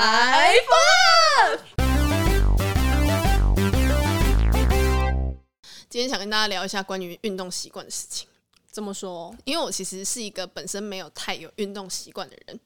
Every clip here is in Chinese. Five Up。今天想跟大家聊一下关于运动习惯的事情，这么说，因为我其实是一个本身没有太有运动习惯的人，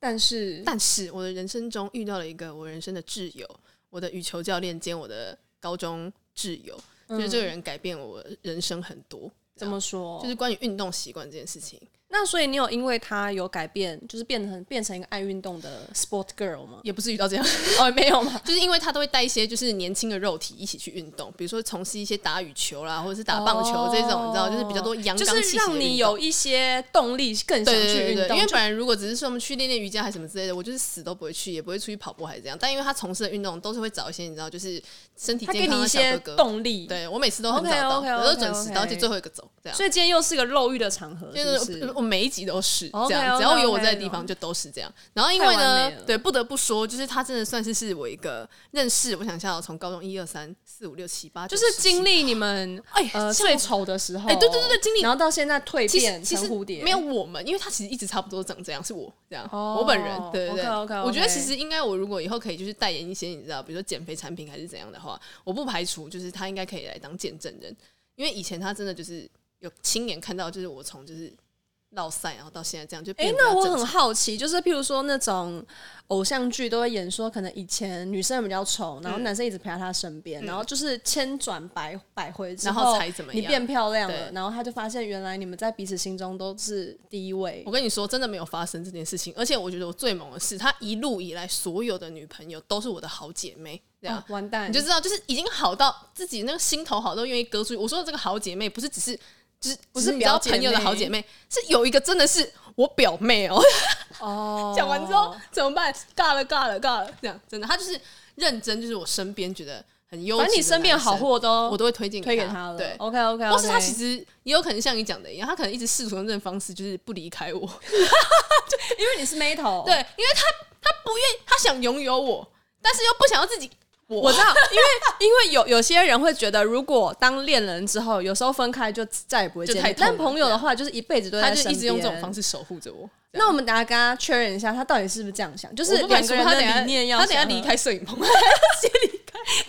但是但是我的人生中遇到了一个我人生的挚友，我的羽球教练兼我的高中挚友，就是这个人改变我人生很多。怎么说？就是关于运动习惯这件事情，那所以你有因为他有改变，就是变成变成一个爱运动的 sport girl 吗？也不至于到这样，哦，没有吗？就是因为他都会带一些就是年轻的肉体一起去运动，比如说从事一些打羽球啦，或者是打棒球这种，你知道，就是比较多阳哦就刚气是息。让你有。一些动力，更想对去对运对对，动。因为本就来如果只是说我们去练练瑜伽还是什么之类的，我就是死都不会去，也不会出去跑步还是这样。但因为他从事的运动都是会找一些你知道，就是身体他给健康你一的小些哥哥。动力，。对我每次都很早到， OK，OK，OK，OK 我都准时到，而且最后一个走，这样。所以今天又是个肉欲的场合，就是不是是我每一集都是这 OK，样，只 OK，要有我 OK，在的地方就都是这样。然后因为太完呢美了，对，不得不说，就是他真的算是是我一个认识，我想一下哦，从高中一二三四五六七八，就九是十经历你们哎呃像最丑的时候，哎对对对对经历然后到现在蜕其实变其成实蝴蝶，没有我们，因为他其实一直差不多长这样，是我这样，哦我本人对对对。 OK，OK，OK 我觉得其实应该，我如果以后可以就是代言一些你知道，比如说减肥产品还是怎样的话，我不排除就是他应该可以来当见证人，因为以前他真的就是有亲眼看到，就是我从就是落赛，然后到现在这样就哎、变得比那较我正很常好奇，就是譬如说那种偶像剧都会演说，可能以前女生比较丑，然后嗯男生一直陪在她身边，然后就是千转百百回之然后才怎么你样变漂亮了，对然后他就发现原来你们在彼此心中都是第一位哦我。跟你说，真的没有发生这件事情。而且我觉得我最猛的是，她一路以来所有的女朋友都是我的好姐妹，这样、啊、完蛋，你就知道，就是已经好到自己那个心头好都愿意割出去。我说的这个好姐妹，不是只是。就是不是是你知道表姐妹朋友的好姐妹，是有一个真的是我表妹哦。哦。讲完之后怎么办？尬了尬了尬了，这样真的，她就是认真，就是我身边觉得很优质的反男生，正你身边好货都我都会推荐推给她他了。对， ，OK OK，或是他其实也有可能像你讲的一样，他可能一直试图用这种方式，就是不离开我。因为你是 metal，对，，因为他他不愿，他想拥有我，但是又不想要自己我。我知道，因为因为有有些人会觉得，如果当恋人之后，有时候分开就再也不会就见太面，痛了啊但朋友的话就是一辈子都在 他就一直用这种式。方式守护着我。那我们大家跟他确认一下，他到底是不是这样想？就就是我不排两除个人他的等下理念要他等下相合离，开摄影 棚。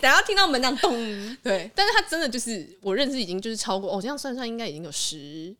等下听到我们这样咚，对，但是他真的就是我认识已经就是超过，我、哦这样算算应该已经有十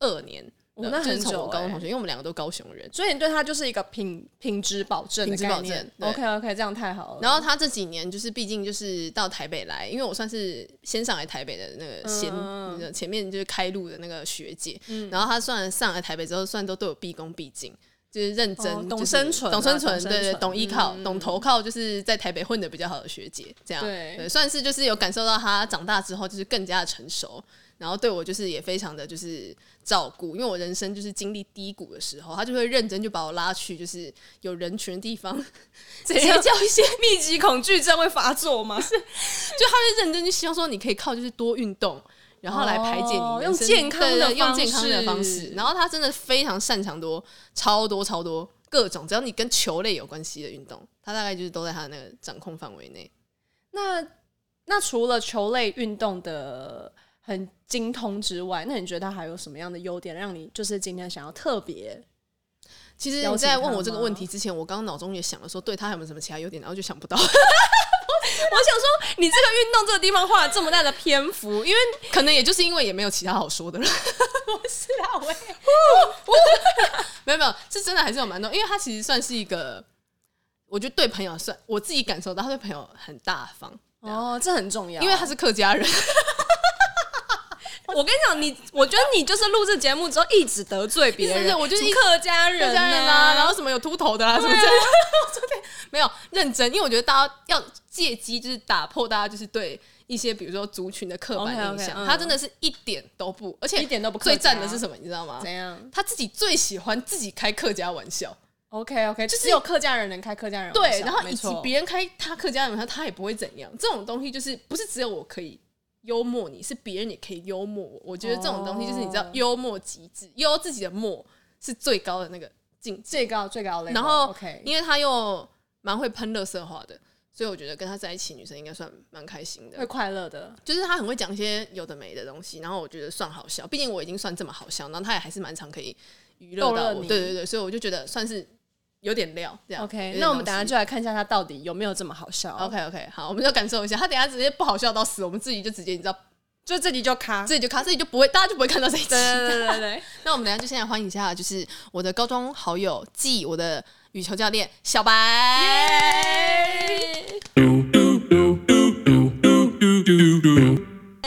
二年哦了，那就是很从久我高中欸同学，因为我们两个都高雄人。所以你对他就是一个品品质保证的品质概保念。证 OK OK，这样太好了。然后他这几年就是，毕竟就是到台北来，因为我算是先上来台北的那个先，嗯嗯嗯嗯那个前面就是开路的那个学姐。然后他算上来台北之后，算都对我毕恭毕敬，就是认真，哦就是懂生存啊懂生懂存，生对对，存嗯懂依靠，懂投靠，就是在台北混的比较好的学姐，这样对算是就是有感受到他长大之后就是更加的成熟。然后对我就是也非常的就是照顾，因为我人生就是经历低谷的时候，他就会认真就把我拉去就是有人群的地方， 直接 样叫一些密集恐惧症会发作吗？就他会认真就希望说你可以靠就是多运动，然后来排解你哦人用生健康的对对用方健康的方式式。然后他真的非常擅长多超多超多各种，只要你跟球类有关系的运动，他大概就是都在他的那个掌控范围内。那那除了球类运动的很精通之外，那你觉得他还有什么样的优点，让你就是今天想要特别？其实了你解在问他我这个吗问题之前，我刚刚脑中也想了说对他有没有什么其他优点，然后就想不到。 我想说，你这个运动这个地方花了这么大的篇幅，因为可能也就是因为也没有其他好说的了。是啊，我也 没有没有，是真的还是有蛮多，因为他其实算是一个，我觉得对朋友算我自己感受到他对朋友很大方，哦，这很重要，因为他是客家人。我跟你讲，你我觉得你就是录制节目之后一直得罪别一直人，我就是什一么客家人、客家人啊，啊，然后什么有秃头的啊，什么这样， 我说对，没有认真，因为我觉得大家要借机就是打破大家就是对一些比如说族群的刻板 OK，OK，印象，嗯他真的是一点都不，而且一点都不客家最赞的是什么，你知道吗怎？样他自己最喜欢自己开客家玩笑， ？OK OK，就是只有客家人能开客家人玩对，笑然后没以及错别人开他客家玩笑，他也不会怎样。这种东西就是不是只有我可以幽默你，是别人也可以幽默我。我觉得这种东西就是你知道哦，幽默极致，幽自己的默是最高的那个境界。最高最高 level，然后 OK，因为他又蛮会喷乐色话的，所以我觉得跟他在一起，女生应该算蛮开心会的。快乐的，就是他很会讲一些有的没的东西，然后我觉得算好笑，毕竟我已经算这么好笑，然后他也还是蛮常可以娱乐逗到乐我。你对对对，所以我就觉得算是有点料。这样 OK，那我们等下就。就来看一下他到底有没有这么好笑。 OK OK，好，我们就感受一下。他等一下直接不好笑到死，我们自己就直接你知道，就这集就卡。自己就卡，自己就不会，大家就不会看到这一集。对对对 对， 那我们等一下就先来欢迎一下，就是我的高中好友季，我的羽球教练小哎白。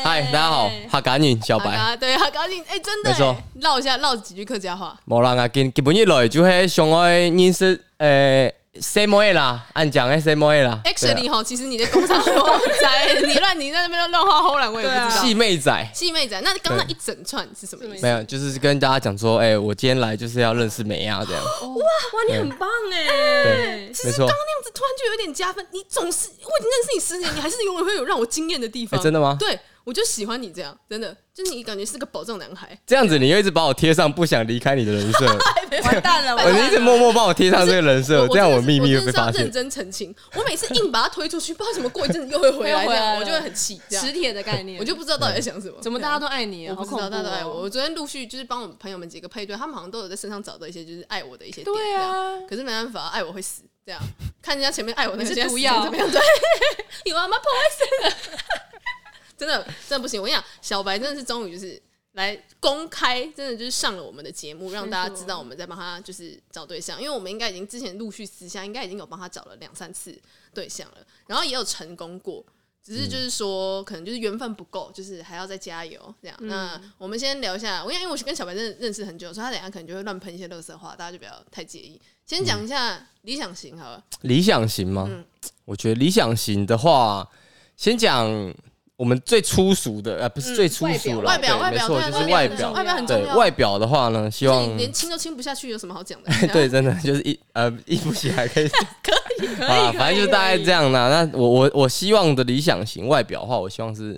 嗨，大家好，哈赶紧小好白，啊，对，好高兴，哎、真的、没错欸，唠一下，唠几句客家话。无人啊，基基本以来就迄上爱认识诶 same way 啦，按讲诶 same way 啦，对啊 Actually 哈，其实你的工商我不知道你乱你在那边乱画红染，我也不对知啊道。细妹仔。细妹仔，那刚刚一整串是什么意思？没有，就是跟大家讲说，哎、我今天来就是要认识美亚这样，哦啊哇，你很棒啊哎！没错，那样子突然就有点加分。你总是我已经认识你十年，你还是永远会有让我惊艳的地方、哎真的吗对，我就喜欢你这样，真的，就是你感觉是个宝藏男孩。这样子你又一直把我贴上不想离开你的人 设， 完蛋了，我完你蛋了一直默默帮我贴上这个人设，这样哎我我真的秘是密我会真的被是要发现认。真澄清，我每次硬把它推出去，不知道为什么过一阵子又会回 来，这又回来样了我就会很气，这磁样铁的概念，我就不知道到底在想什么。怎么大家都爱你啊，我不好知恐怖道哦大家都爱我，我昨天陆续就是帮我朋友们几个配对，他们好像都有在身上找到一些就是爱我的一些点，对啊这样可是没办法，爱我会死，这样看人家前面爱我那你个是现在毒死药成怎么 样？对，有啊，妈破坏死，真的真的不行。我跟你讲，小白真的是终于就是来公开，真的就是上了我们的节目，让大家知道我们在帮他就是找对象，因为我们应该已经之前陆续私下应该已经有帮他找了两三次对象了，然后也有成功过。只是就是说，可能就是缘分不够，就是还要再加油这样。嗯那我们先聊一下，我因为我是跟小白认认识很久，所以他等一下可能就会乱喷一些垃圾话，大家就不要太介意。嗯先讲一下理想型好了，理想型吗？嗯我觉得理想型的话，先讲我们最粗俗的，呃，不是最粗俗了，嗯外表对外表没对啊错，就是外外表表。外表很重对要，外表的话呢，希就是望？你连亲都亲不下去，有什么好讲的 对，真的就是一呃一不起来可以 可以啊，反正就是大概这。样啦。那我我我希望的理想型外表的话，我希望是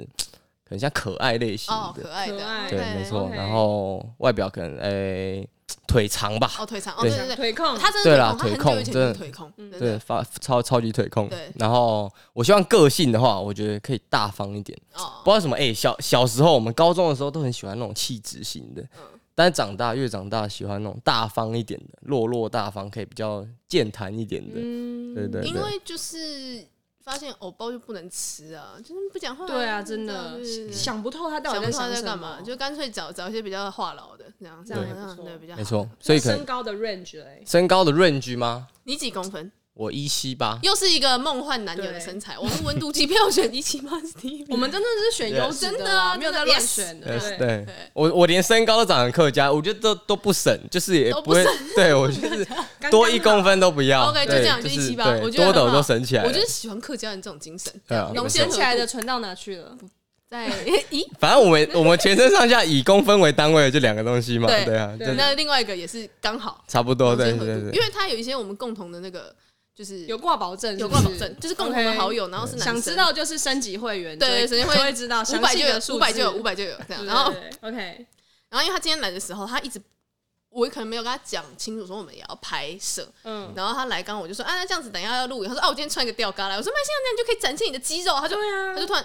可能像可爱类型哦，的，可爱的，可爱对， OK 没错。 OK 然后外表可能诶腿长吧，哦，腿长，哦，对对对嗯对，腿控，他真对的啦腿腿控，他很久控以前真就的腿控，真对，的发超超级腿控对。然后我希望个性的话，我觉得可以大方一点。哦不知道为什么，哎、小小时候我们高中的时候都很喜欢那种气质型的，嗯但是长大越长大喜欢那种大方一点的，落落大方，可以比较健谈一点的，嗯对对对。因为就是发现藕包就不能吃啊，就是不讲话啊，对啊，真的对对对想不透他到想底不在到他想在什干么嘛，，就干脆找找一些比较话痨的，这样这样对这样没错对比较好没错，。所以可身能高的 range 欸嘞，身高的 range 吗？你几公分？我一七 八，又是一个梦幻男友的对身材。我们温度计票选一七八是第 一名，我们真的是选 Yes 优质真的的啊啊，没有真的在乱 yes 选的，对，对对我我连身高都长得客家，我觉得都都不省，就是也都不不会， 对我就是啊多一公分都不要。 OK，就啊对这样，就一是七八。对我觉得多的很我好都省起来了。我就是喜欢客家人这种精神，对啊浓没错鲜捡合起来的存到哪去了？嗯在 咦，反正我们我们全身上下以公分为单位的就两个东西嘛，对对啊，就对那另外一个也是刚好差不浓多，哦对鲜合对度对，因对。为他有一些我们共同的那个，就是有挂保证，有挂保证，就是共同的好。友，然后是 OK 男想生知。道就是升级会员，对就升级会就会知道五详百细就有的，数五字百就有，五百就有这样。对然后，对对 OK，然后因为他今天来的时候，他一直我可能没有跟他讲清楚，说我们也要拍摄，嗯，然后他来刚我就说，啊，那这样子等一下要录影。他说，啊，我今天穿一个吊嘎来。我说，那现在这样就可以展现你的肌肉。他就、对啊他就突然，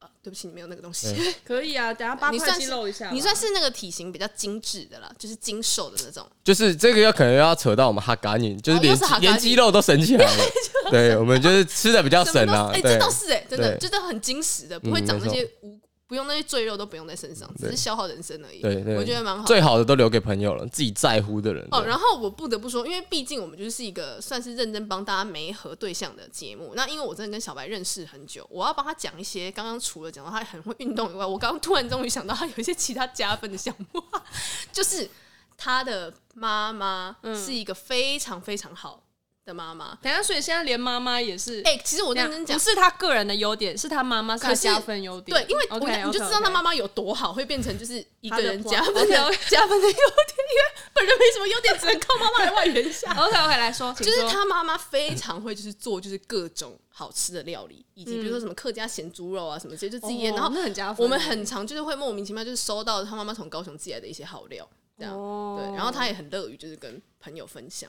啊，对不起，你没有那个东西。可以啊，等下八你块算肌是肉一下吧，你算是那个体型比较精致的啦，就是精瘦的那种。就是这个要可能要扯到我们哈嘎尼，就是哦连又是哈嘎尼连肌肉都省起 来了。对，我们就是吃的比较什省么啊都，哎、对这倒是哎、真的对就是很精实的，不会嗯长那没错些无不用那些赘肉都不用在身上，只是对消耗人生而已。对对，我觉得蛮好。最好的都留给朋友了，自己在乎的人。哦，对然后我不得不说，因为毕竟我们就是一个算是认真帮大家媒合对象的节目。那因为我真的跟小白认识很久，我要帮他讲一些刚刚除了讲到他很会运动以外，我刚刚突然终于想到他有一些其他加分的项目，啊 就是他的妈妈是一个非常非常好的妈妈。等下，所以现在连妈妈也是，哎、其实我等下认真讲不，是他个人的优点，是他妈妈是他可是加分优点。对，因为我 OK，你就知道他妈妈有多好，会变成就是一个人她的加分的 OK，OK 加分的优点，因为本人没什么优点，只能靠妈妈来外援一 下。 OK OK 来说，就是请说他妈妈非常会，就是做就是各种好吃的料理，以及比如说什么客家咸猪肉啊什么这些，就自己腌。嗯哦然后那很加分，我们很常就是会莫名其妙就是收到他妈妈从高雄寄来的一些好料，这样哦对。然后他也很乐于就是跟朋友分享。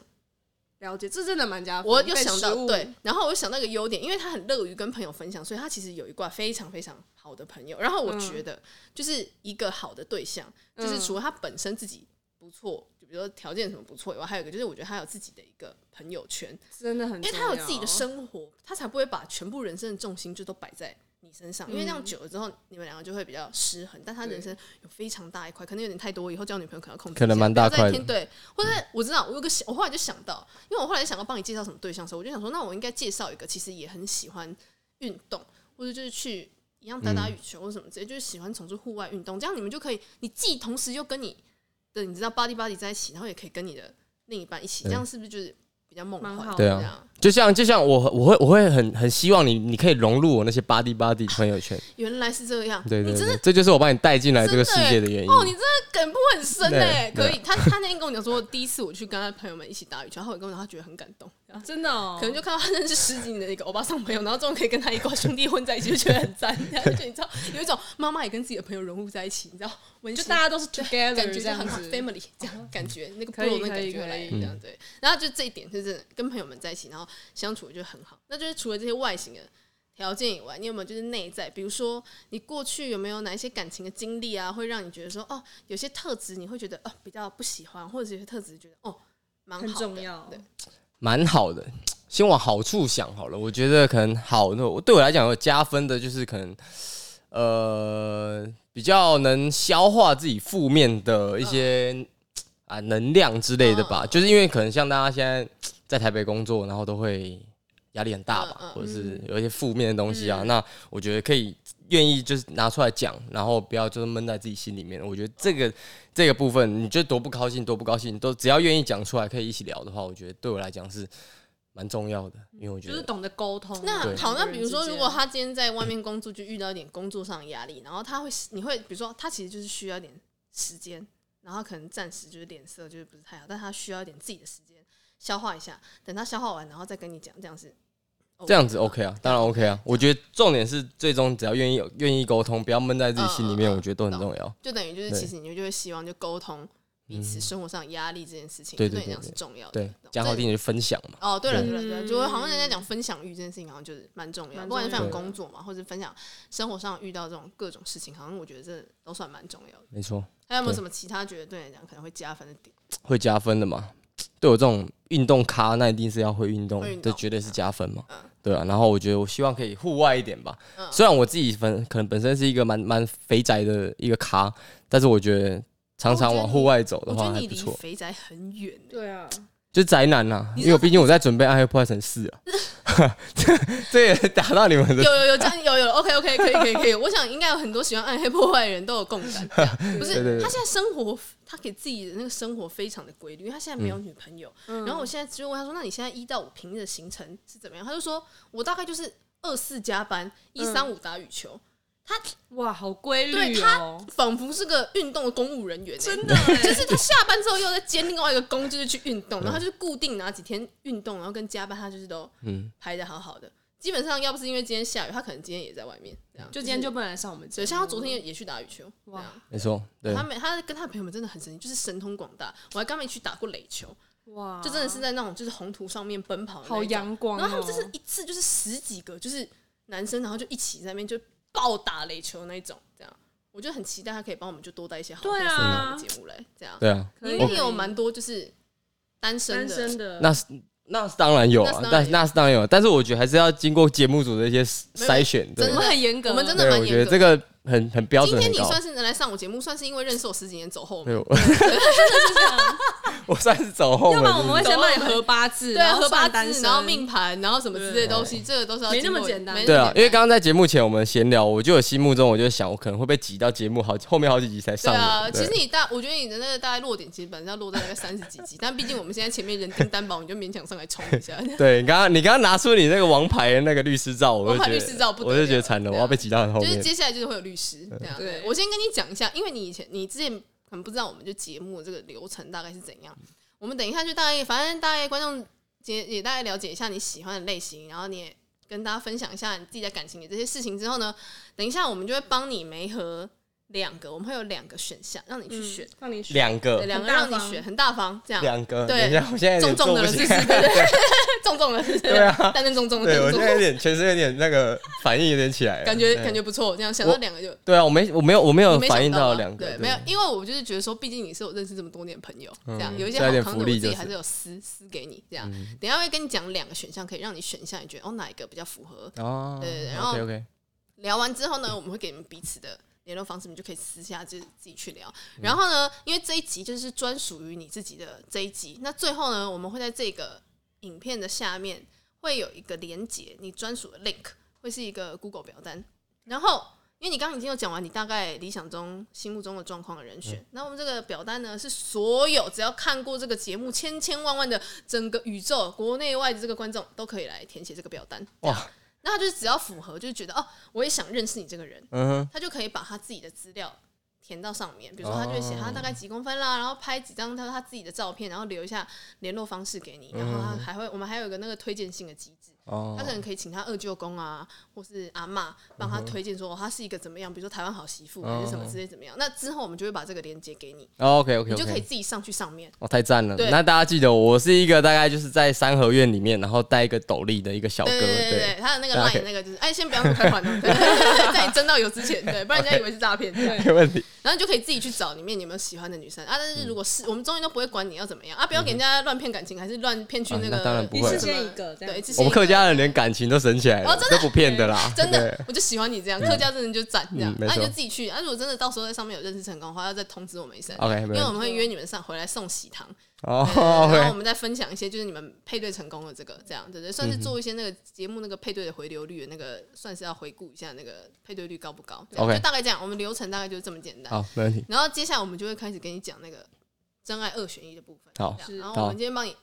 了解，这真的蛮加啊分。我有想被食到物对，，然后我想到一个优点，因为他很乐于跟朋友分享，所以他其实有一挂非常非常嗯好的朋友。然后我觉得，就是一个好的对象，就是除了他本身自己不错，就比如说条件什么不错以外，还有一个就是我觉得他有自己的一个朋友圈，真的很因为重要，他有自己的生活，他才不会把全部人生的重心就都摆在你身上，因为那嗯样久了之后，你们两个就会比较失衡。但他人生有非常大一块，可能有点太多，以后交女朋友可能要控制一下，可能蛮大块的不要再天对，或者我知道，我有个想，我后来就想到，因为我后来想要帮你介绍什么对象的时候，我就想说，那我应该介绍一个其实也很喜欢运动，或者就是去一样打嗯打羽球或什么之类，就是喜欢从事户外运动，这样你们就可以，你既同时又跟你的你知道 body body 在一起，然后也可以跟你的另一半一起，对这样是不是就是比较梦蛮幻？好的对这啊样，就像就像我我会我会很很希望你你可以融入我那些 body body 朋友圈，原来是这样，对对你真对的，这就是我把你带进来这个世真的欸界的原因。哦，你真的梗不很深哎、对可对以。他他那天跟我讲说，第一次我去跟他朋友们一起打羽球，他会跟我讲，他觉得很感动，这样真的哦，啊可能就看到他认识十几年的一个欧巴桑朋友，然后终于可以跟他一挂兄弟混在一起，就觉得很 赞。然后就你知道，有一种妈妈也跟自己的朋友融入在一起，你知道，温就馨大家都是 together 感觉这就样很好子， ，family 这样感觉，那个部可以落那可感以觉来可以这样对。然后就这一点是真的，跟朋友们在一起，然后相处就很好。那就是除了这些外形的条件以外，你有没有就是内在？比如说你过去有没有哪一些感情的经历啊，会让你觉得说哦，有些特质你会觉得哦比较不喜欢，或者有些特质觉得哦蛮好的很重要对，蛮好的。先往好处想好了，我觉得可能好，那我对我来讲有加分的，就是可能呃比较能消化自己负面的一些、啊能量之类的嗯吧。就是因为可能像大家现在在台北工作，然后都会压力很大吧，嗯嗯嗯或者是有一些负面的东西啊。那我觉得可以愿意就是拿出来讲，然后不要就是闷在自己心里面。我觉得这个这个部分，你就多不高兴多不高兴，都只要愿意讲出来，可以一起聊的话，我觉得对我来讲是蛮重要嗯的，因为我觉就是得懂得沟通。那对好，那比如说，如果他他今天在外面工作，就遇到一点工作上的压力，然后他会，你会，比如说，他其实就是需要一点时间，然后可能暂时就是脸色就是不是太好，但他需要一点自己的时间消化一下，等他消化完，然后再跟你讲，这样是这样子 OK 啊，当然 OK 啊。我觉得重点是最终只要愿意有愿意沟通，不要闷在自己心里嗯面，嗯嗯我觉得都很重要。就等于就是对其实你就会希望就沟通彼此生活上的压力这件事情，嗯对就对对你来对讲是对重要的。对懂，讲好这听点就分享嘛。哦，对了对对了对了，就会好像人家嗯讲分享欲这件事情，好像就是蛮重要，蛮不管是分享重要工作嘛，或者分享生活上遇到这种各种事情，好像我觉得这都算蛮重要的。没错，还有没有对什么其他觉得对你来讲可能会加分的点？会加分的嘛。对我这种运动咖，那一定是要会运动会运，动这绝对是加分嘛嗯。对啊，然后我觉得我希望可以户外一点吧。嗯虽然我自己本可能本身是一个蛮蛮肥宅的一个咖，但是我觉得常常往户外走我的觉话得还你不离错。肥宅很 远欸、对 啊，就宅男啦、你因知道为我毕竟我在准备《暗黑破坏神四》啊， 这这也打到你们有的有有，这样有有，OK OK，可以可以可以。我想应该有很多喜欢暗黑破坏的人都有共 感。这样不是对对对他现在生活，他给自己的那个生活非常的规律，因为他现在没有女朋嗯友。然后我现在就问他说：“那你现在一到五平日的行程是怎么样？”他就说：“我大概就是二四加班，一三五打羽球。他哇，好规对律他哦，仿佛是个运动的公务人员欸、真的欸就是他下班之后又在兼另外一个工，就是去运动，然后他就是固定哪几天运动，然后跟加班他就是都嗯排的好好的。基本上要不是因为今天下雨，他可能今天也在外面这样。 就今天就不能来上我们节对，目，像他昨天也也去打羽球，哇哇，没错，对他，们他跟他的朋友们真的很神奇，就是神通广大。我还跟他们一起打过垒球，哇，就真的是在那种就是红土上面奔跑的那好一种。阳光哦，然后他们就是一次就是十几个就是男生，然后就一起在那边就暴打垒球那一种，这样。我就很期待他可以帮我们就多带一些好的对啊到我们的节目来，这样。对啊，可你以应该也有蛮多就是单身单的，身的，那是那是当然有啊，那但是当然有那是当然有，但是我觉得还是要经过节目组的一些筛选，对真的我们很严格，我们真的 对，蛮我严觉得格这个很很标今准天很你高。算是能来上我节目，算是因为认识我十几年走后门对，，啊我 我算是走后要门不然我们会是先帮你合八字，对啊，然后喝八算单字，身然后命盘，然后什么之类的东西，这个都是要没那么经过简单没不是那么哦对啊简，单因为刚刚在节目前我们闲聊，我就有心目中我就想，我可能会被挤到节目好后面好几集才对上啊，的。其对实你大，我觉得你的那个大概落点其实本身要落在大概三十几集，但毕竟我们现在前面人丁担保，你就勉强上来冲一下。对，你刚刚你刚刚拿出你那个王牌的那个律师照，我王就牌觉得律师照不得我就觉得惨了，了啊我要被挤到很后就是面。嗯接下来就是会有律师这样。对我先跟你讲一下，因为你以前你之前可能不知道我们就节目这个流程大概是怎样。嗯我们等一下就大概，反正大概观众也也大概了解一下你喜欢的类型，然后你也跟大家分享一下你自己在感情里这些事情之后呢，等一下我们就会帮你媒合两个，我们会有两个选项让你去选，让嗯你选。两对，个，两个很大让你方选，很大方，这样呃两个，对等一下，我现在有点重重的了，坐是不不起是？ 对对，重重的，是不是对啊淡淡重重的，对，我淡现重在有点全身有点那个反应有点起来了，感觉对感觉不错，这样想到两个就对啊，我没我没有我没有你没想反应到到吗两个，对，没有，因为我就是觉得说，毕竟你是我认识这么多年的朋友，这样嗯有一些加好点康福的，我利自己就还是嗯是有私私给你，这样等一下会跟你讲两个选项，可以让你选一下，你觉得哦哪一个比较符合？哦，对对对然后 OK OK，聊完之后呢，我们会给你们彼此的联络方式，你们就可以私下就是自己去聊。然后呢，因为这一集就是专属于你自己的这一集，那最后呢，我们会在这个影片的下面会有一个连接，你专属的 link 会是一个 Google 表单。然后，因为你刚刚已经有讲完你大概理想中、心目中的状况的人选，那我们这个表单呢，是所有只要看过这个节目千千万万的整个宇宙国内外的这个观众都可以来填写这个表单。哇哇！那他就是只要符合，就是觉得哦，我也想认识你这个人，嗯哼，他就可以把他自己的资料填到上面，比如说他就会写哦他大概几公分啦，然后拍几张他他自己的照片，然后留一下联络方式给你，然后他还会我们还有一个那个推荐性的机制，他可哦，能可以请他二舅公啊，或是阿嬷帮他推荐说、哦他是一个怎么样，比如说台湾好媳妇还是什么之类怎么样，那之后我们就会把这个链接给你， OK OK 你就可以 OK，自己上去上面。哦，太赞了对！那大家记得，我是一个大概就是在三合院里面，然后带一个斗笠的一个小哥，对对对对，对，他的那个大家可 line 以那个就是，哎，先不要开款哦，对对对在你真到有之前，对，不然人家以为是诈骗。对， 没问题。然后你就可以自己去找里面有没有喜欢的女生啊。但嗯是如果是、我们终于都不会管你要怎么样啊，不要给人家乱骗感情，还是乱骗去啊那那个、当然不会一次见一个这样对，一次我见一们个客家人连感情都省起来了，哦真的都不骗的啦，真的对，嗯我就喜欢你这样，客家真的就赞这样，嗯没那、你就错自己去。啊，如果真的到时候在上面有认识成功的话，要再通知我们一声。 OK，因没为问题我们会约你们上回来送喜糖，对 对哦对然后我，OK，们再分享一些就是你们配对成功的这个这样，对嗯对，算是做一些那个节目那个配对的回流率的那个，算是要回顾一下那个配对率高不高。对 OK 就大概这样，我们流程大概就是这么简单。好，没问题。然后接下来我们就会开始跟你讲那个真爱二选一的部分。好这是样然后我好们今天帮你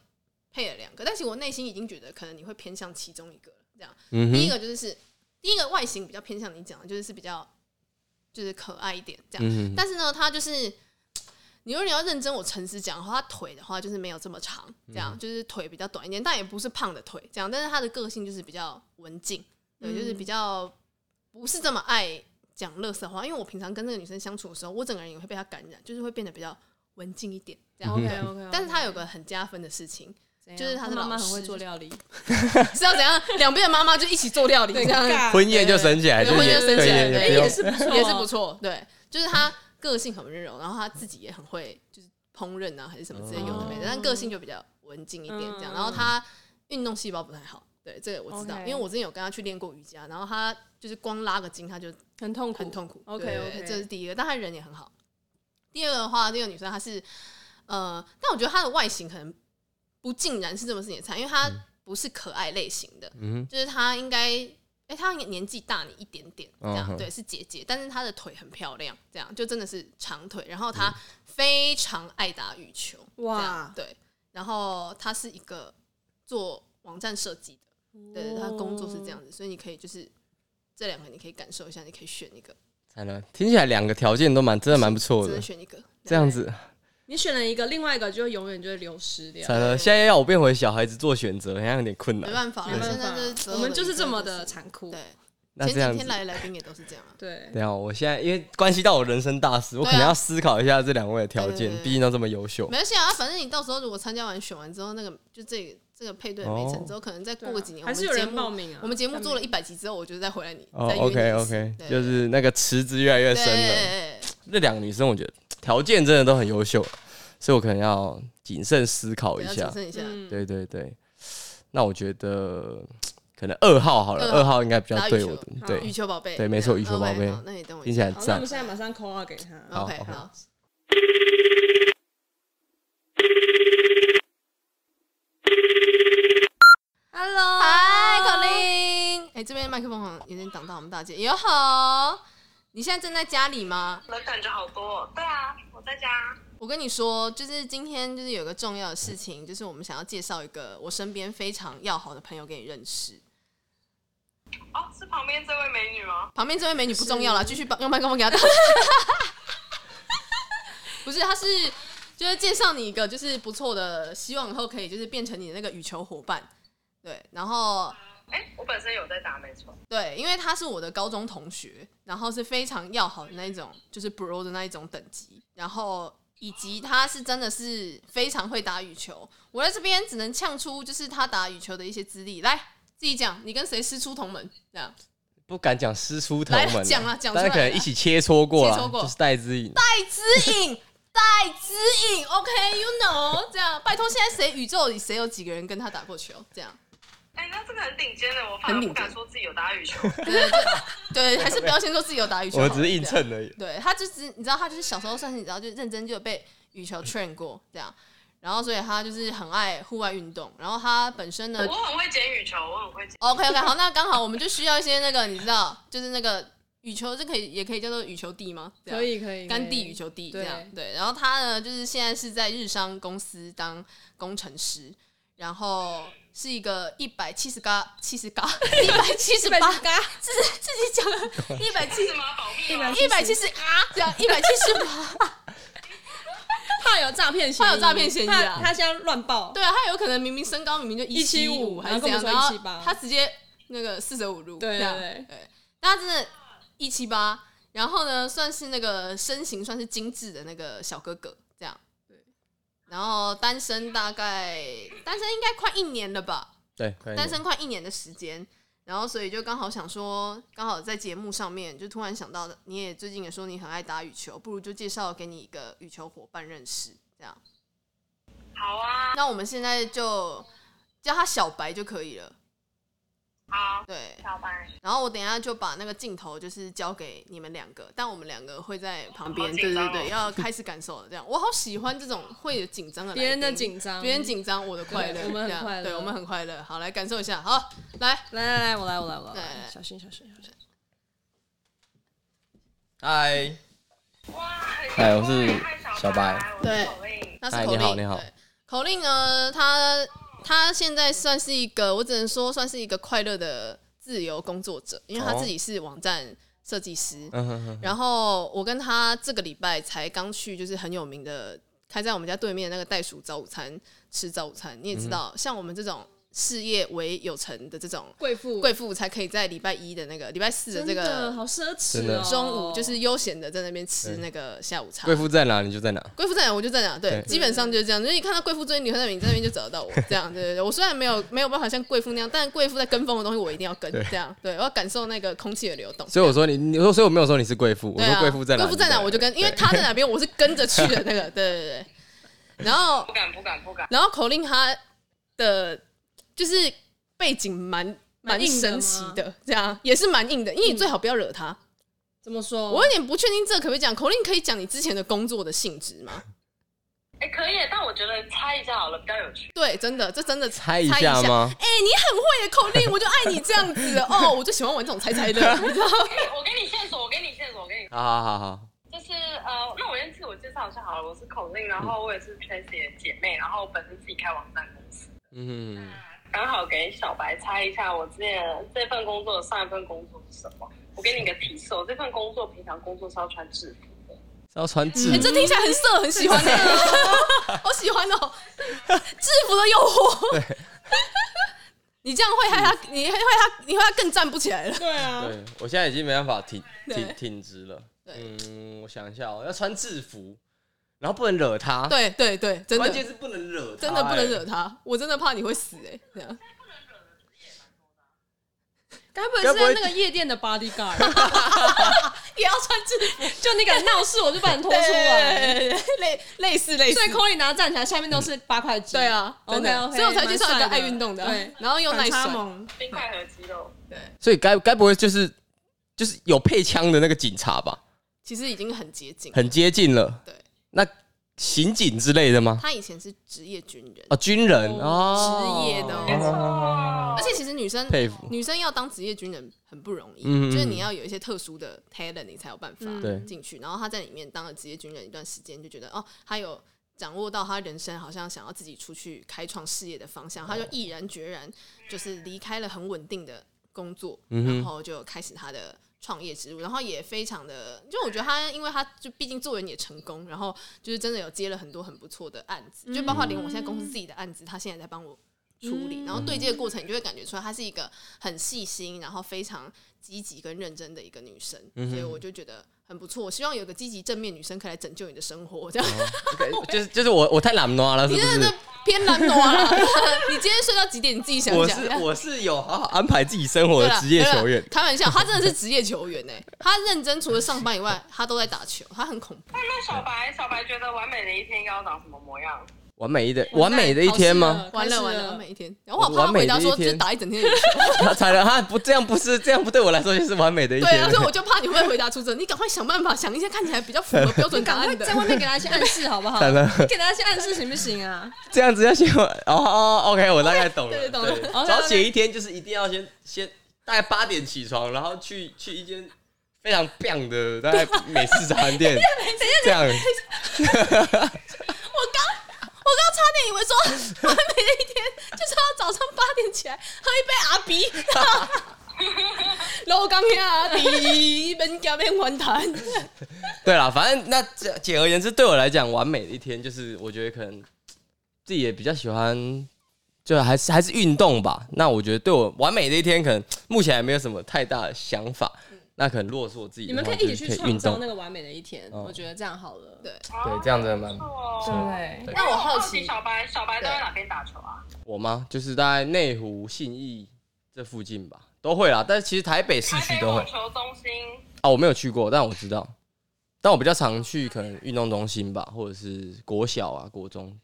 配了两个，但是我内心已经觉得可能你会偏向其中一个了。这样，嗯第一哼，个就是第一个外形比较偏向你讲的，就是是比较就是可爱一点这样。嗯哼，但是呢，他就是你如果你要认真，我诚实讲的话，他腿的话就是没有这么长，这样就是腿比较短一点，但也不是胖的腿这样。但是他的个性就是比较文静，对，就是嗯比较不是这么爱讲乐色话。因为我平常跟那个女生相处的时候，我整个人也会被她感染，就是会变得比较文静一点这嗯样。 OK OK， 但是他有个很加分的事情， 就是他他的妈老妈很师会做料理，是要怎样？两边的妈妈就一起做料理，这样婚宴就省起来，对就是婚宴也省起来对对也哎不用也是不错， 也是不。错。对，就是他个性很温柔，然后他自己也很会就是烹饪啊，还是什么之类有的没的，哦但个性就比较文静一点这样。嗯然后他运动细胞不太好，对，这个我知道，因为 OK 我之前有跟他去练过瑜伽，然后他就是光拉个筋他就很痛苦，很。痛苦。 OK，对对对 OK 这是第一个，但她人也很好。第二个的话，这个女生她是呃，但我觉得她的外形可能不尽然是这么是你的菜，因为嗯她不是可爱类型的，嗯就是她应该，哎、她年纪大你一点点，这样、嗯哼对，是姐姐，但是她的腿很漂亮，这样就真的是长腿，然后她嗯非常爱打羽球，哇这样对，然后她是一个做网站设计的，对，她工作是这样哦子，所以你可以就是这两个你可以感受一下，你可以选一个。惨了，听起来两个条件都蛮真的蛮不错只的能，选一个。这样子你选了一个，另外一个就永远就会流失掉。惨了，现在要我变回小孩子做选择，好像有点困没难。办法，没现办在就是法，择我偶们就是原则这么的残酷。对，那这前样几子天，来的来宾也都是这样啊。对，等一下我现在因为关系到我人生大事，我对啊可能要思考一下这两位的条对件对对，毕竟都这么优秀没。关系啊，反正你到时候如果参加完选完之后，那个就这个这个配对没哦成之后，可能再过个几年，我啊还们是有节人目报名啊？我们节目做了一一百集之后，我就再回来你哦再约你，OK 一次 OK，对就是那个池子越来越对深了。对那两个女生我觉得条件真的都很优秀，所以我可能要谨慎思考哦一对对对下要谨。慎一下。嗯对对对，那我觉得可能二号好了，二二号应该比较打羽对球我的，好对，羽球宝贝，对没错这样羽球宝 OK，贝好那你等我一听下。起来很好，那我赞们。现在马上 call out 给他。好 OK，好好， Hello，嗨，口令。哎，这边麦克风好像有点挡到我们大姐。友好，你现在正在家里吗？我感觉好多、哦。对啊，我在家。我跟你说，就是今天就是有个重要的事情，就是我们想要介绍一个我身边非常要好的朋友给你认识。哦，是旁边这位美女吗？旁边这位美女不重要了，继续把用麦克风给她打。 不是，她是就是介绍你一个就是不错的，希望以后可以就是变成你的那个羽球伙伴。对，然后哎，我我本身有在打，没错。对，因为他是我的高中同学，然后是非常要好的那一种，就是 bro 的那一种等级，然后以及他是真的是非常会打羽球。我在这边只能呛出就是他打羽球的一些资历，来自己讲，你跟谁师出同门？这样不敢讲师出同门来啊，讲啦讲出来但是可能一起切磋过切磋了，过就是戴资颖。戴之颖，戴之颖，OK，you、know，这样拜托，现在谁宇宙里谁有几个人跟他打过球？这样。哎、那这个很顶尖的，我反而很顶不尖敢说自己有打羽球。 对对对，对，还是不要先说自己有打羽球我好了。们只是映这样衬而已。对，他就只你知道，他就是小时候算是你知道，就认真就有被羽球 train 过这样，然后所以他就是很爱户外运动，然后他本身呢我哦很会捡羽球，我很会捡。 ，OK OK，好，那刚好我们就需要一些那个你知道，就是那个羽球，这可以也可以叫做羽球帝吗？这样可以可以，甘可地以羽球帝这对样对。然后他呢，就是现在是在日商公司当工程师，然后是一个一百七十嘎七十嘎一百七十八嘎，自自己讲了 一百七是吗？保密吗？一百七十啊，这样一百七十八。怕有诈骗嫌疑，怕有诈骗嫌疑啊怕他现在乱报，对啊，他有可能明明身高明明就一七175还是然后跟怎我样，说然后178他直接那个四舍五入，对这样对对，但他真的，一七八，然后呢，算是那个身形算是精致的那个小哥哥这样，对，然后单身大概单身应该快一年了吧，对，可以单身快一年的时间，然后所以就刚好想说，刚好在节目上面就突然想到，你也最近也说你很爱打羽球，不如就介绍给你一个羽球伙伴认识，这样。好啊，那我们现在就叫他小白就可以了。好，对，小白，然后我等一下就把那个镜头就是交给你们两个，但我们两个会在旁边，好对紧张对哦对，要开始感受了。这样，我好喜欢这种会有紧张的来宾别人的，紧张，别人紧张，我的快乐，对我们很这样快乐对我们很快乐。好，来感受一下，好，来，来来来，我来我来我来，来来小心小心小心。嗨，哇，很嗨我是小白我是对口令那嗨是口令，你好你好对口令呢，他他现在算是一个，我只能说算是一个快乐的自由工作者，因为他哦自己是网站设计师，嗯哼哼，然后我跟他这个礼拜才刚去，就是很有名的开在我们家对面那个袋鼠早午餐吃早午餐。你也嗯知道，像我们这种事业为有成的这种贵妇贵妇，才可以在礼拜一的那个礼拜四的这真的个好奢侈真哦的，中午，就是悠闲的在那边吃对那个下午茶贵。妇在哪你就在哪。贵妇在哪，我就在哪。对，对基本上就是这样。就是你看到贵妇追女，在你在那边就找得到我。这样，对对对。我虽然没有没有办法像贵妇那样，但贵妇在跟风的东西，我一定要跟。对这样，对，我要感受那个空气的流动。所以我说你，你说，所以我没有说你是贵妇，我对啊，说贵妇在哪，贵妇在哪我就跟，因为他在哪边，我是跟着去的 那个，对对对。然后不，敢，不敢，不敢。然后口令他的就是背景蛮蛮硬的神吗嗯奇的，这样也是蛮硬的，因为你最好不要惹他。怎么说？我有点不确定这可不可以讲，口令可以讲你之前的工作的性质吗？哎、可以，但我觉得猜一下好了，比较有趣。对，真的，这真的猜一一下吗？哎、你很会耶口令，我就爱你这样子哦，我就喜欢玩这种猜猜乐，你知道吗？哎我给你线索，我给你线索，我给你，好好好好，就是呃，那我先自我介绍一下好了，我是口令，然后我也是 Tracy 的姐妹，然后我本身自己开网站公司。嗯哼刚好给小白猜一下，我之前这份工作的上一份工作是什么？我给你一个提示，哦我这份工作平常工作是要穿制服的。是要穿制哎、服这，听起来很色，很喜欢耶， 好喜欢哦！制服的诱惑，你这样会害他，你会害他，你会害他更站不起来了。对啊，对我现在已经没办法挺对挺挺直了。对嗯，我想一下哦，要穿制服，然后不能惹他，，对对对，真关键的是不能惹他，真的不能哎惹他，我真的怕你会死哎、这样该不会该是不在会那个夜店的 bodyguard？也要穿制服就你敢闹事，我就把你拖出出来。来，类类似类似所。以 Colin 拿站起来，下面都是八块肌。对啊，真的 OK，OK，所以我才介绍一个蛮帅爱的运动的，对，然后又耐反差摔，萌。冰块和肌肉，所以该该不会就是就是有配枪的那个警察吧？其实已经很接近。很接近了。对，那刑警之类的吗？他以前是职业军人，哦，军人职哦，业的没错哦，。而且其实女生佩服女生要当职业军人很不容易，嗯就是你要有一些特殊的 talent，你才有办法嗯对进去。然后他在里面当了职业军人一段时间，就觉得哦，他有掌握到他人生好像想要自己出去开创事业的方向，哦他就毅然决然就是离开了很稳定的工作，嗯哼然后就开始他的。创业之路，然后也非常的，就我觉得他，因为他就毕竟做人也成功，然后就是真的有接了很多很不错的案子，就包括连我现在公司自己的案子，他现在在帮我处理，然后对接的过程，你就会感觉出来她是一个很细心，然后非常积极跟认真的一个女生，嗯所以我就觉得很不错。我希望有个积极正面女生可以来拯救你的生活， 这样。就是就是我我太懒惰了，是你不真的是是？偏懒惰了， 你今天睡到几点？你自己想我想。是我是有好好安排自己生活对的啦职业对啦球员，开玩笑，他真的是职业球员哎、 他认真除了上班以外，他都在打球，他很恐怖。那那小白，小白觉得完美的一天应该要长什么模样？完美的完美的一天吗？完了完了，完美一天。然后我怕完他美回的答 一说，就天是打一整天的羽球。他才能他不这样不是这样不对我来说就是完美的一对天啊，。所以我就怕你会回答出这，你赶快想办法想一些看起来比较符合标准答赶 快案的在。外面给他一些暗示好不好？才能 给他一些暗示行不行 啊？ 这样子要先哦 哦，OK，我大概懂了。对懂了对 OK，OK 早起一天就是一定要先先大概八点起床，然后去去一间非常棒的大概美式早 餐店，这样我刚我刚差点以为 说完美的一天就是要早上八点起来喝一杯阿比，然后刚下阿比，本家变还谈。 对啦，反正那这简而言之，对我来讲，完美的一天就是我觉得可能自己也比较喜欢，就还是还是运动吧。那我觉得对我完美的一天，可能目前还没有什么太大的想法。那可能如果是我自嗯己你的话，们可以一起就去是可以创运造动那。个完美的一天，哦我觉得这样好了。对对这样子蛮对哦那 那我我好好奇奇小白，小白都在对哪边打球啊？我吗？就是在内湖、信义这附近吧，都会啦。但是其实台北市台区北都会网球中心，啊，我没有去过，但我知道。但我比较常去可能运动中心吧，或者是国小啊、国中，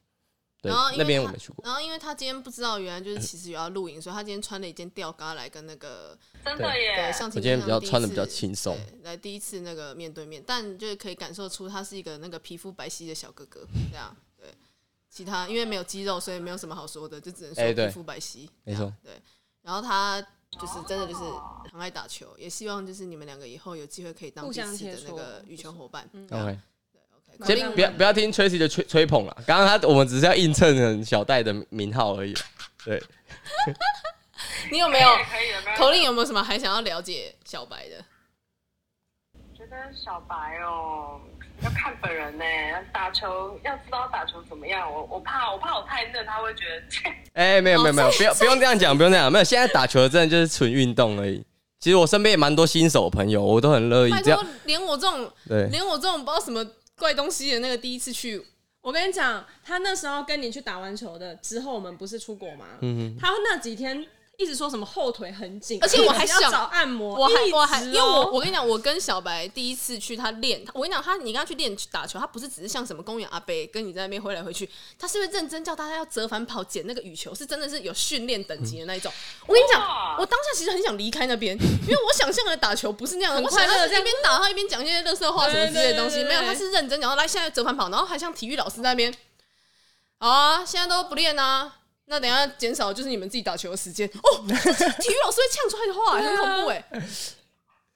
对然后因为那边我他没去过。然后因为他今天不知道，原来就是其实有要露营，所以他今天穿了一件吊嘎来跟那个真的耶对，上我今今天比较穿的比较轻松，来第一次那个面对面，但就是可以感受出他是一个那个皮肤白皙的小哥哥这样。对，其他因为没有肌肉，所以没有什么好说的，就只能哎说对皮肤白皙。没错。然后他就是真的就是很爱打球，也希望就是你们两个以后有机会可以当互彼相嗯此的切磋那个羽球伙伴。啊这样嗯 OK， OK，先那不要不要听 Tracy 的吹吹捧了，刚刚他我们只是要映衬小戴的名号而已。对，你有没有哎可以的，没有口令有没有什么还想要了解小白的？觉得小白哦，要看本人呢、打球要知道打球怎么样，我我怕我怕我太嫩，他会觉得切哎、没有没有哦没有，不要不用这样讲，不用这样讲，没有。现在打球真的就是纯运动而已。其实我身边也蛮多新手朋友，我都很乐意拜这托样。，连我这种对，连我这种不知道什么怪东西的那个第一次去，我跟你讲，他那时候跟你去打完球的之后，我们不是出国吗？嗯他那几天一直说什么后腿很紧，而且我还一直要想找按摩，我还一直我还，因为哦我我跟你讲，我跟小白第一次去他练，我跟你讲，他你跟他去练打球，他不是只是像什么公园阿伯跟你在那边挥来挥去，他是会认真叫大家要折返跑捡那个羽球，是真的是有训练等级的那一种。我跟你讲哇，我当下其实很想离开那边，因为我想象的打球不是那样的，很我想象快乐是这一样边打他一边讲一些乐色话什么之类的东西，对对对对没有，他是认真讲，然后来现在折返跑，然后还像体育老师在那边，好啊，现在都不练啊。那等一下减少就是你们自己打球的时间哦，这是体育老师会呛出来的话、对很啊恐怖哎、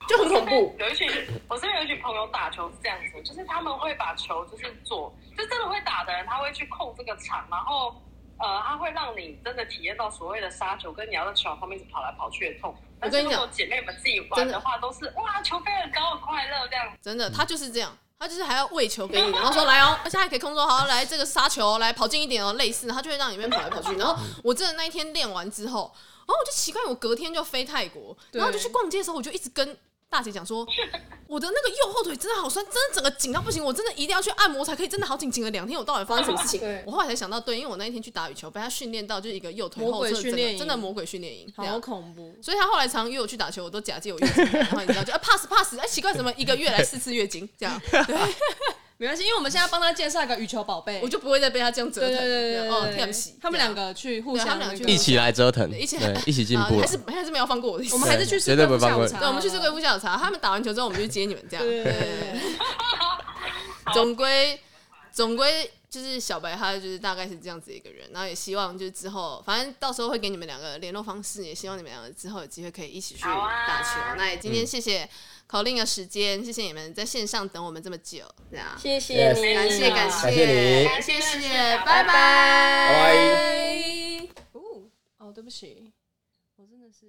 就很恐怖。有一群，我身边有一群朋友打球是这样子，就是他们会把球就是做，就真的会打的人，他会去控这个场，然后呃，他会让你真的体验到所谓的杀球，跟你要在球场旁边一直跑来跑去的痛。我跟你讲但是如果姐妹们自己玩的话，都是哇，球飞很高，很快乐这样。真的，他就是这样，他就是还要喂球给你，然后说来哦，而 且还可以空中好来这个杀球哦，来跑近一点哦，类似，他就会让你们跑来跑去。然后我真的那一天练完之后，然后我就奇怪，我隔天就飞泰国，对然后就去逛街的时候，我就一直跟。大姐讲说，我的那个右后腿真的好酸，真的整个紧到不行，我真的一定要去按摩才可以，真的好紧，紧了两天，我到底发生什么事情对？我后来才想到，对，因为我那一天去打羽球，被他训练到就是一个右腿魔后鬼侧真训练的营真的魔鬼训练营，这样好恐怖。所以他后来常约我去打球，我都假借我月经来，然后你知道就啊 pass pass，哎奇怪怎么一个月来四次月经这样，没关系，因为我们现在帮他介绍一个羽球宝贝，我就不会再被他这样折对腾。对对对这对，样哦，对天喜，他们两个个去互对他相们两个那去个一起来折腾，一起啊对，一起进步还了是。还是没有放过我的意思。我们还是去吃绝对龟不会父下放午过茶，对，我们去吃贵妇下午茶，他们打完球之后，我们就接你们这样。对对对对对总归总归就是小白他就是大概是这样子一个人，然后也希望就是之后，反正到时候会给你们两个联络方式，也希望你们两个之后有机会可以一起去好啊打球。那也今嗯天谢谢口令的时间，谢谢你们在线上等我们这么久，这样谢谢你感谢感感谢你感谢谢谢，嗯拜拜拜。哦哦，对不起，我真的是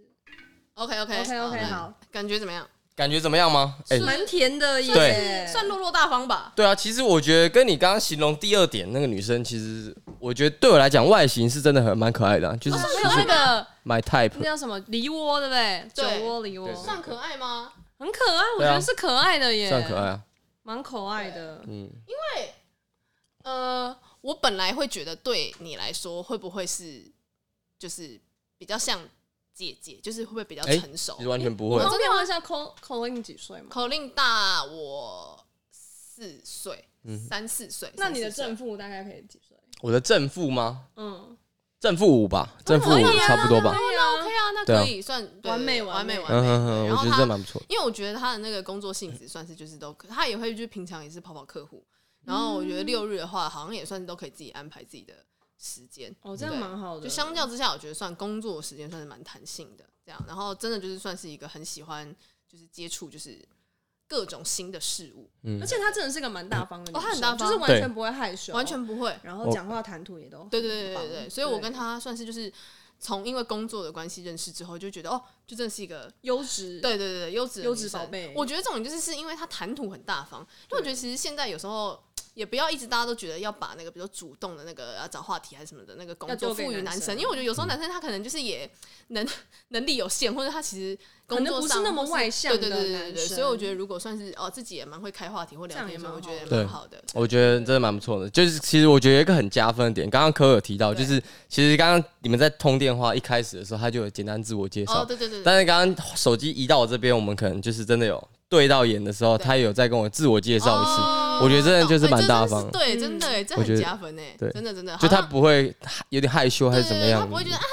OK OK OK OK，好，感觉怎么样？感觉怎么样吗？哎、是蛮甜的耶，对算落落大方吧。对啊，其实我觉得跟你刚刚形容第二点那个女生，其实我我觉得对我来讲，外形是真的很蛮可爱的啊、哦就是还就有那是个那 my type。叫什么梨窝，对不对？对酒窝、梨窝对，对算可爱吗？很可爱，我对啊觉得是可爱的耶，算可爱，啊，蛮可爱的。嗯，呃，我本来会觉得对你来说会不会是就是比较像姐姐，就是会不会比较哎成熟其实？完全不我会们。方便问一下 Col Colin 几岁吗？口令大我四岁，嗯三四岁。那你的三四岁正负大概可以几岁？我的正负吗？嗯，正负五吧，正负可五以啊差不多吧。那那 OK 啊，那对啊可以算对完美完完美完嗯美。哼哼，对然我觉后得他这蛮不错。因为我觉得他的那个工作性质算是就是都可，他也会就是平常也是跑跑客户，然后我觉得六日的话，好像也算是都可以自己安排自己的时间。哦，这样对蛮好的。就相较之下，我觉得算工作时间算是蛮弹性的，这样。然后真的就是算是一个很喜欢就是接触就是各种新的事物，而且他真的是个蛮大方的女生，哦她很大方就是完全不会害羞，完全不会。然后讲话谈吐也都很对对对棒对对，所以我跟他算是就是从因为工作的关系认识之后，就觉得哦，就真的是一个优质，对对对对，优质的优女质生宝贝我觉得这种就是是因为她谈吐很大方，因为我觉得其实现在有时候。也不要一直大家都觉得要把那个，比如说主动的那个要找话题还是什么的那个工要作丢给赋予男男生因为我觉得有时候男生他可能就是也能能力有限，或者他其实工可作能不是上那么或外向的对对对对对男对，生所以我觉得如果算是哦自己也蛮会开话题或聊这样也天的时候，我蛮觉好得也的蛮对好的。我觉得真的蛮不错的，就是其实我觉得有一个很加分的点，刚刚科有提到，对就是其实刚刚你们在通电话一开始的时候，他就有简单自我介绍，哦，对对对对，但是刚刚手机移到我这边，我们可能就是真的有对到眼的时候，对他也有在跟我自我介绍一次，哦我觉得真的就是懂哎蛮这大真的方是对，真的哎，这我觉很得加分哎，对真的真的，好就他像不会有点害羞还对是怎对么对，他样，不会觉得啊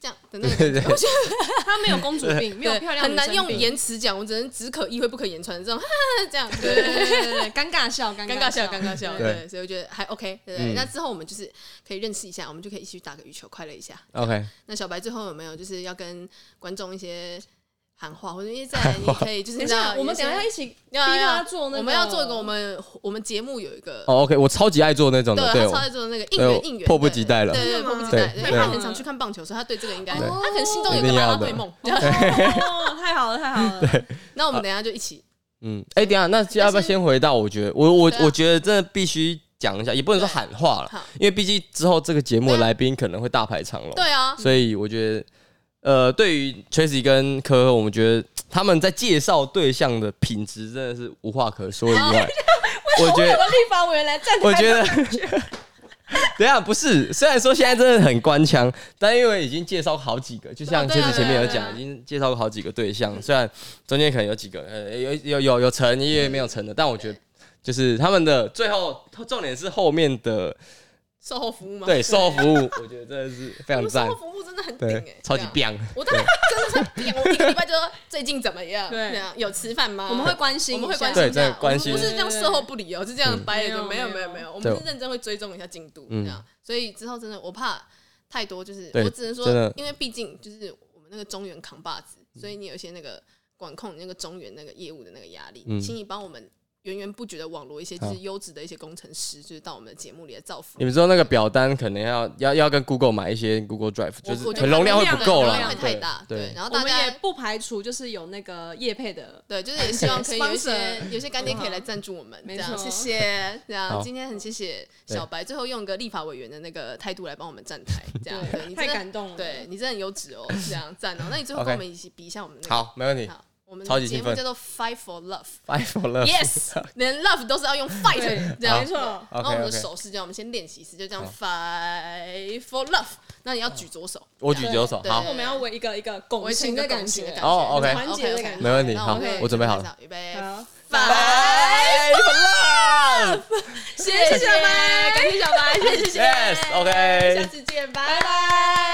这样的那对个对感对觉，我觉得她没有公主病，没有漂亮很女难生用病言辞讲，我只能只可意会不可言传的这种， 哈哈哈这样对对对对对，对尴尬笑，尴尴尬笑，尴尬笑，笑，对对，所以我觉得还 OK，对对对。嗯那之后我们就是可以认识一下，我们就可以一起去打个羽球，快乐一下。 OK，那小白最后有没有就是要跟观众一些喊话，或者因为在你可以就是你等一知道下，我们有些等一下一起逼要要他做那个，我们要做一个 我们我们节目有一个哦 OK，我超级爱做那种的，对对他我超爱做的那个应对我援应援，迫不对及待了对对，真的迫吗哦不及待。对对因为他对很常去看棒球，所以他对这个应该对他可能心中有一个定拉要拉的队梦。哦，太好了，太 好了，那我们等一下就一起嗯，哎、等一下，那要不要先回到？我觉得，我我、对啊啊我觉得真的必须讲一下，也不能说喊话好啊了，因为毕竟之后这个节目的来宾可能会大排长龙，对啊，所以我觉得，呃，对于 Tracy 跟科科，我们觉得他们在介绍对象的品质真的是无话 可说以外，我觉得，立法委员来站台， 我觉得。等一下不是，虽然说现在真的很官腔，但因为已经介绍好几个，就像对啊对啊 Tracy 前面有对啊讲，已经介绍过好几个对象，虽然中间可能有几个，呃，有有有有成，也有没有成的，但我觉得就是他们的最后重点是后面的售后服务吗？对售后服务，我觉得真的是非我常们售赞后，服务真的很顶对哎，，超级这样。棒。我当然真的是顶，我一个礼拜就说最近怎么样？对这样有吃饭吗？我们会关 心我一下，们会关对心一下，真的关心嗯我们不是这样事后不理哦由，是这样掰了就没没有有没有没没有有，我对们是认真会追踪一下进度嗯这样，所以之后真的我怕太多，就是对我只能真说的，嗯因为毕竟就是我们那个中原扛把子，所以你有一些那个管控你那个中原那个业务的那个压力，嗯请你帮我们。源源不绝的网罗一些就好是优质的一些工程师，就是到我们的节目里来造福你们知道那个表单可能要要要跟 Google 买一些 Google Drive，我就是我觉可能得容量会容不量够容啦，量会太对大，对对。然后我大们家也不排除就是有那个叶配的，对，就是也希望可以有一些 Sponsor 有一些干爹可以来赞助我们，这没样错谢谢。这样好今天很谢谢小白，最后用个立法委员的那个态度来帮我们站 台，这样对你太真的感动了，对你真的很优质哦，这样赞哦。那你最后 OK 跟我们一起比一下我们那个好，没问题。好，我们超的级节兴目奋叫做 Fight for Love，Yes， Five for love。连 love 都是要用 fight 对这样没错然后我 OK，OK 们的手势，这样我们先练习一次，就这样 fight for love。那你要举左手， 我举左手，对好对，我们要为一个一个我拱会形形的的感感情觉的感，觉，哦，OK 团结的感觉，没问题那好们可以我准备好了开始，预备好，fight。 Five for love。谢谢小白，感谢小白，谢谢谢谢 Yes，OK 下次见，拜拜。